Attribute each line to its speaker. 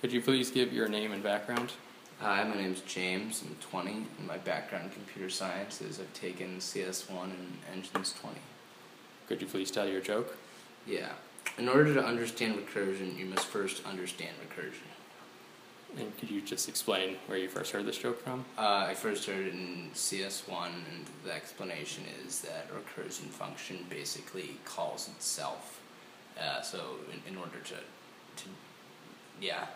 Speaker 1: Could you please give your name and background?
Speaker 2: Hi, my name's James. I'm 20, and my background in computer science is I've taken CS1 and Engines 20.
Speaker 1: Could you please tell your joke?
Speaker 2: Yeah. In order to understand recursion, you must first understand recursion.
Speaker 1: And could you just explain where you first heard this joke from?
Speaker 2: Uh, I first heard it in CS1, and the explanation is that recursion function basically calls itself. Uh, so, in, in order to, to, yeah,